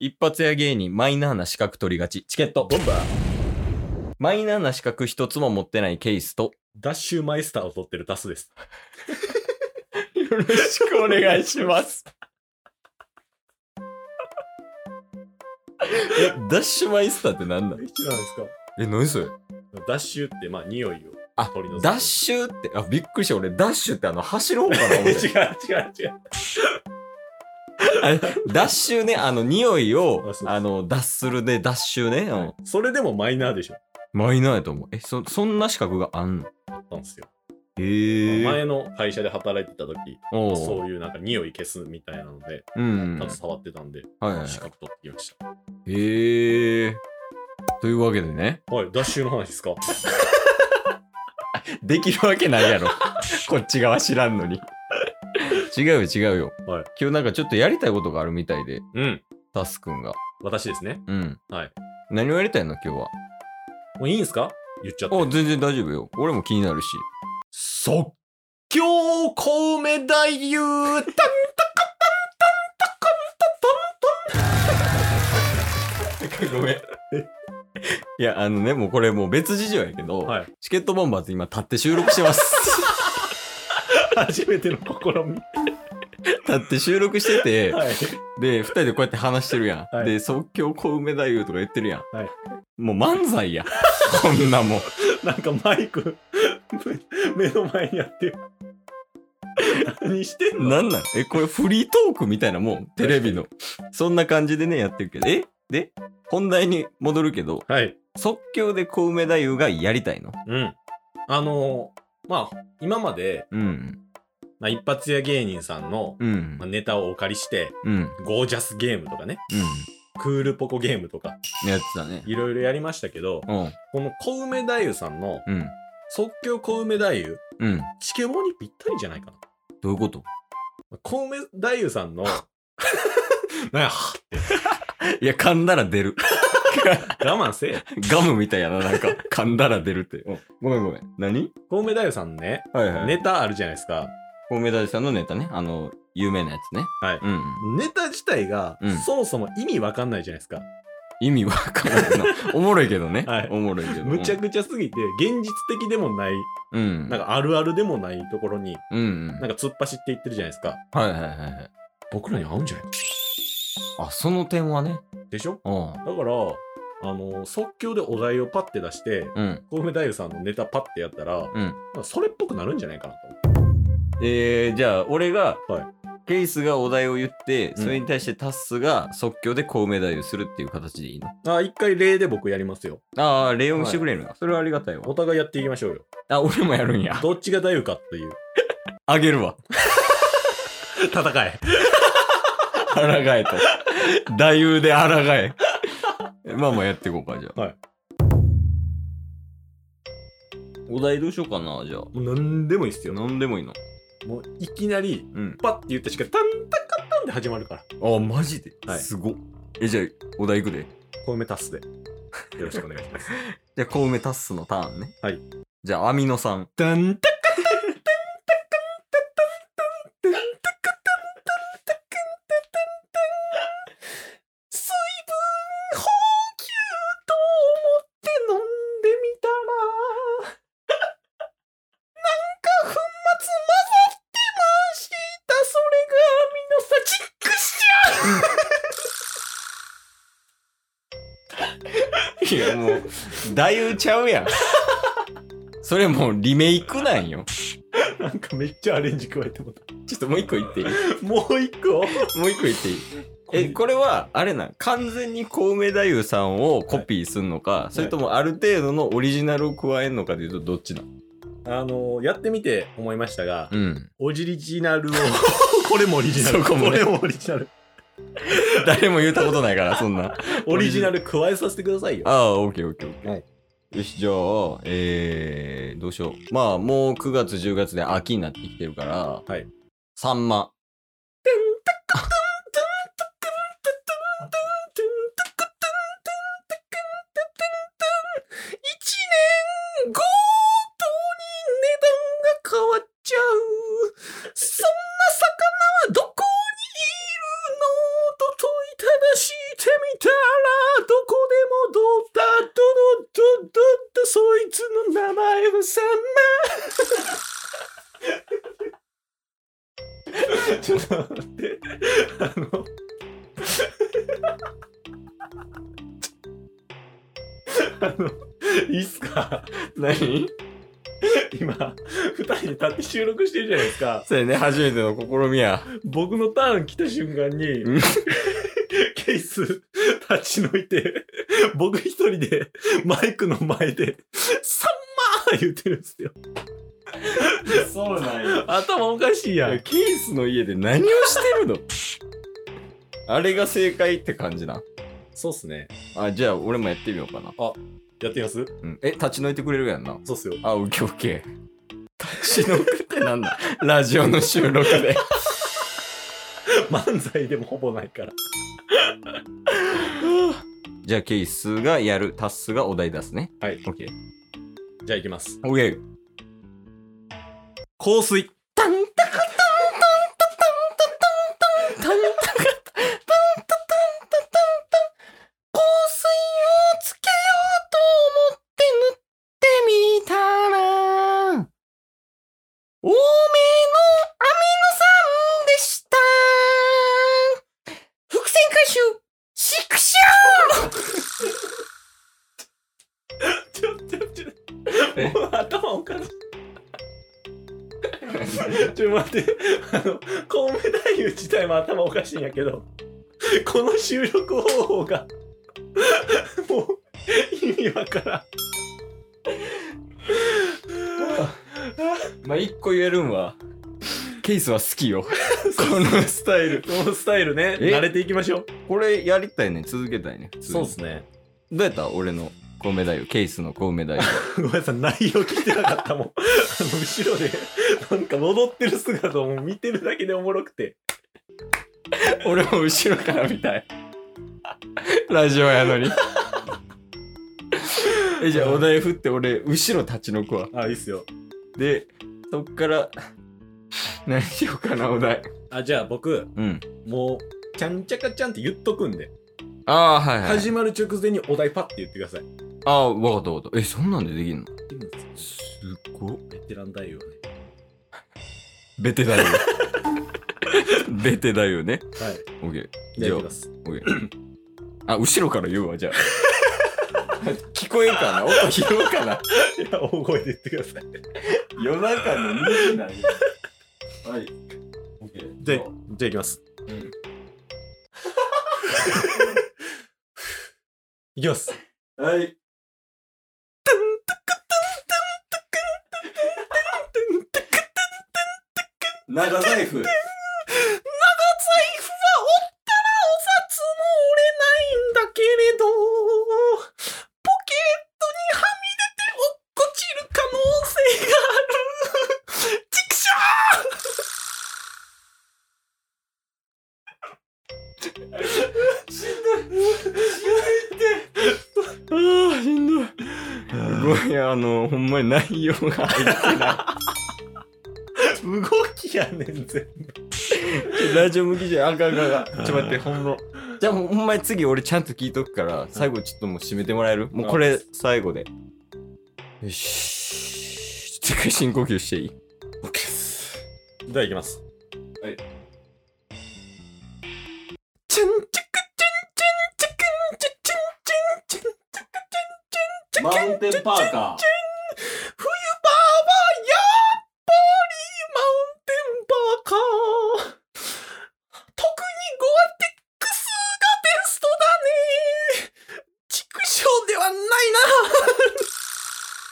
一発屋芸人マイナーな資格取りがちチケットボンバーマイナーな資格一つも持ってないケースとダッシュマイスターを取ってるタスです。よろしくお願いします。え、ダッシュマイスターって何なん知らないですかえ、何それダッシュって、まあ、匂いを。あ鳥の、ダッシュって、あ、びっくりした。俺、ダッシュってあの、走る方かな 違思うって違う違う。あれダッシュね、あの、匂いあそをうそ、うあの、脱するで、ダッシュね。うんそれでもマイナーでしょ。マイナーやと思う。え、そ、そんな資格があんのあったんですよ。へぇ前の会社で働いてた時、おうそういうなんか匂い消すみたいなので、うん。たはいだ触ってたんで、はいは資格取ってきましい。へぇというわけでね。た。はい、ダッシュの話ですかできるわけないや ろ。こっち側知らんのに。違うよ、違うよ。はい今日なんかちょっとやりたいことがあるみたいで、うん。タスくんが。私ですね。うん。はい。何をやりたいの今日は。もういいんすか言っちゃって。あ、全然大丈夫よ。俺も気になるし。即興コウメ太夫タンタカタンタンタカンタンタンタンごめん。いや、あのね、もうこれもう別事情やけど、はいチケットボンバーズ今立って収録してます。 初めての試み。立って収録してて、はい。で、二人でこうやって話してるやん。はいで、即興小梅太夫とか言ってるやん。はいもう漫才や。こんなもん。なんかマイク、 目の前にあって。 何してんのなんなんえ、これフリートークみたいなもん、テレビの。そんな感じでね、やってるけど。えで、本題に戻るけど、はい。即興で小梅太夫がやりたいのうん。あのーまあ、今まで、うん。まあ、一発屋芸人さんの、うんまあ、。ネタをお借りして、うん。うん。ゴージャスゲームとかね、クールポコゲームとか、やってたね。いろいろやりましたけど、うん。この小梅太夫さんのうん。即興小梅太夫、うん。チケモンにぴったりじゃないかどういうことな。小梅太夫さんの、 なんや、はいや、噛んだら出る。我慢せえ。ガムみたいやな、なん か。噛んだら出るって。うんごめんごめん。何小梅太夫さんね、はいはい。ネタあるじゃないですか。コウメ太夫さんのネタね。あの、有名なやつね。はいうん。ネタ自体が、うんそもそも意味わかんないじゃないですか。意味わかんない な。おもろいけどね。はいおもろいけど。むちゃくちゃすぎて、現実的でもない、うん。なんかあるあるでもないところに、うんうん。なんか突っ走っていってるじゃないですか。はいはいはいはい。僕らに合うんじゃないあ、その点はね。でしょうん。だから、あの、即興でお題をパッて出して、うん。小梅太夫さんのネタパッてやったら、うんまあそれっぽくなるんじゃないかなと思えー、じゃあ、俺が、はいケイスがお題を言って、うんそれに対してタッスが即興でコウメ太夫するっていう形でいいの。う。あ、一回例で僕やりますよ。ああ、レオンしてくれるの、それはありがたいわお。互いやっていきましょうよ。あ、俺もやるんや。どっちが太夫かっていう。あげるわ。 戦え。抗えと。 太夫で抗え。 まあまあやっていこうか、じゃあ。はい。お題どうしようかな、じゃあ。もう何でもいいっすよ。何でもいいの。もういきなり、うん。パッて言ったしか、タンタカタンで始まるから。あ、マジで、はいすごっ。え、じゃあ、お題いくで。小梅タスで。よろしくお願いします。じゃあ、コウメタッスのターンね。はい。じゃあ、アミノ酸。タンタ水分補給と思って飲んでみたら、なんか粉末混ざってました。それがアミノ酸チックしちゃういやもう、太夫ちゃうやん。 それもうリメイクなんよ。 なんかめっちゃアレンジ加えてもらっちょっともう一個言っていいた。 もう一個もう一個言っていいえ、これは、あれなん、完全に小梅太夫さんをコピーすんのか、それともある程度のオリジナルを加えんのかでいうと、どっちなんあのやってみて思いましたが、うん。オリジナルを。 これもオリジナル。そこもねれもオリジナル。 誰も言ったことないから、そんな。オリジナル加えさせてくださいよあ。あ、オッケーオッケーオッケー。はよし、じゃあ、えー、どうしよう。まあ、もう9月、10月で秋になってきてるから、はい。サンマ。一年ごとに値段が変わっちゃう。そんな魚はどこにいるのと問いただしてたらどこでもドタドドドドドそいつの名前はサちょっと待って。あの。あの、いいっすかンマ何今、二人で立って収録してるじゃないですか。それね初めての試みや僕のターン来た瞬間にうん、ケース立ち退いて、僕一人でマイクの前で、サンマー言ってるんですよ。そうなんや頭おかしいやん。ケースの家で何をしてるのあれが正解って感じなそうっすね。あじゃあ俺もやってみようかな、やってみますうん、え立ち退いてくれるやんなそうっすよ。あオッケーオッケー立ち退くってなんだラジオの収録で 漫才でもほぼないから。 じゃあケースがやるタッスがお題出すねはい。オッケーじゃあ行きます。オッケー香水。タンタカタンタンタンタンタンタンタンタカタンタンタンタンタンタン香水をつけようと思って塗ってみたら多めのアミノ酸でした伏線回収シクシちょ、ちょ、ちょ、もう頭おかしい。ちょ、待って、あの、コウメ太夫自体も頭おかしいんやけど、この収録方法が、もう、意味わからん。まあ一個言えるんはケイスは好きよ このスタイルこのスタイルね、え慣れていきましょう。これやりたいね続けたいね普通にすね。どうやった俺の米太夫ケースの米太夫ごめんなさい、内容聞いてなかったもん。あの、後ろで、なんか戻ってる姿をもう見てるだけでおもろくて。 俺も後ろから見たいラジオやのに えじゃあお題振って俺後ろ立ち退くわあ、いいっすよ。でそっから 何しようかなお題あ、じゃあ僕、うんもう、ちゃんちゃかちゃんって言っとくんで、ああーはいはい始まる直前にお題パッて言ってください。ああわかったわかったえそんなんでできんのいいんですよすっごベテランだよね。ベテだよ ベテだよねはい。オッケーじじゃゃああいきます。オッケーあ後ろから言うわじゃあ 聞こえるかな音拾うかないや、大声で言ってください。夜中の2時なんよ。はい。オッケー。で、じゃあいきます。んいきます。はい。長財布。長財布は折ったらお札も折れないんだけれど、ポケットにはみ出て落っこちる可能性がある。ちくしょうああ、しんどい。ごめん、あの、ほんまに内容が入ってない。動きやねん、全ラジオ向きじゃあかんあかんあ かんちょっと待って、ほんの。じゃあほんまに次俺ちゃんと聞いとくから、最後ちょっともう締めてもらえるもうこれ最後で。よし。ちょっと一回深呼吸していい部。OK です。 では、いきまチす。ュンチュクチュンチュンチュクンチュチュンチュンチュンチュクチュンチュンチュクンマウンテンパーカー。冬場はやっぱりマウンテンパーカー。特にゴアテックスがベストだね。畜生ではない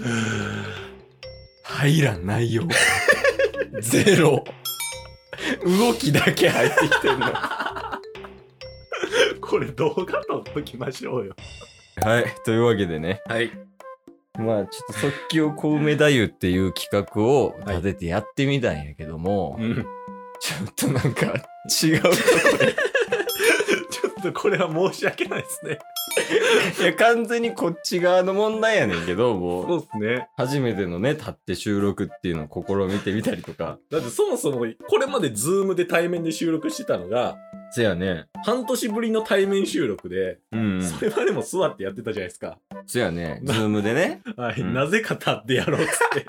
な。入らん内容。ゼロ。動きだけ入ってきてるの。はこれ動画撮っときましょうよ。い。というわけでね。はい。まあちょっと即興コウメ太夫っていう企画を立ててやってみたんやけども、うん。ちょっとなんか違うとこ ちょっとょっとこれは申し訳ないですね。いや、完全にこっち側の問題やねんけど、もう、うですね。初めてのね、立って収録っていうのを試みてみたりとか。だってそもそもこれまでズームで対面で収録してたのが、せやね。半年ぶりの対面収録で、うん、うん。それまでも座ってやってたじゃないですか。せやね。ズなームでね。はい、うんなぜか立ってやろうっつ って。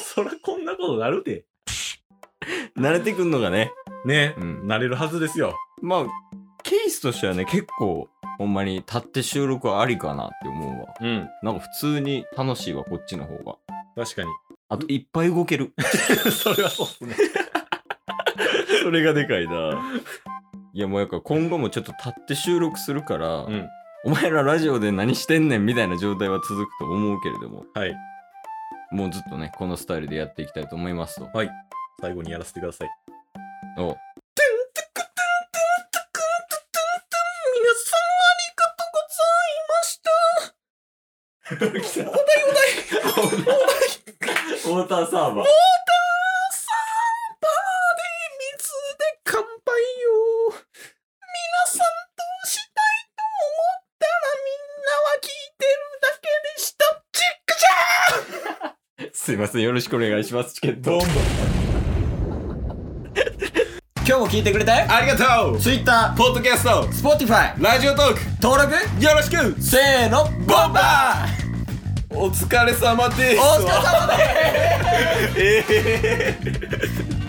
そらこんなことなるで。慣れてくんのがね。ね、うんなれるはずですよ。まあ、ケースとしてはね、結構、ほんまに立って収録はありかなって思うわ。うん。なんか普通に楽しいわ、こっちの方が。確かあと、いっぱい動ける。 に。 それはそう ですね。それがでかいな。いや、もうやから今後もちょっと立って収録するから、うん。お前らラジオで何してんねんみたいな状態は続くと思うけれども、はい。もうずっとね、このスタイルでやっていきたいと思いますと。最後にやらせてください。おウォーター皆様ありがとうございました。来た。サーバー。水で乾杯よ。皆さんどうしたいと思ったらみんなは聞いてるだけでした。チックじゃすいません、よ ろしくお願いします、チケット。ん今日も聞いてくれてありがとう !Twitter、ポッドキャスト、 Spotify、ラジオトーク、登録よろしくせーの、ボンバーお疲れ様ですお疲れ様ですええ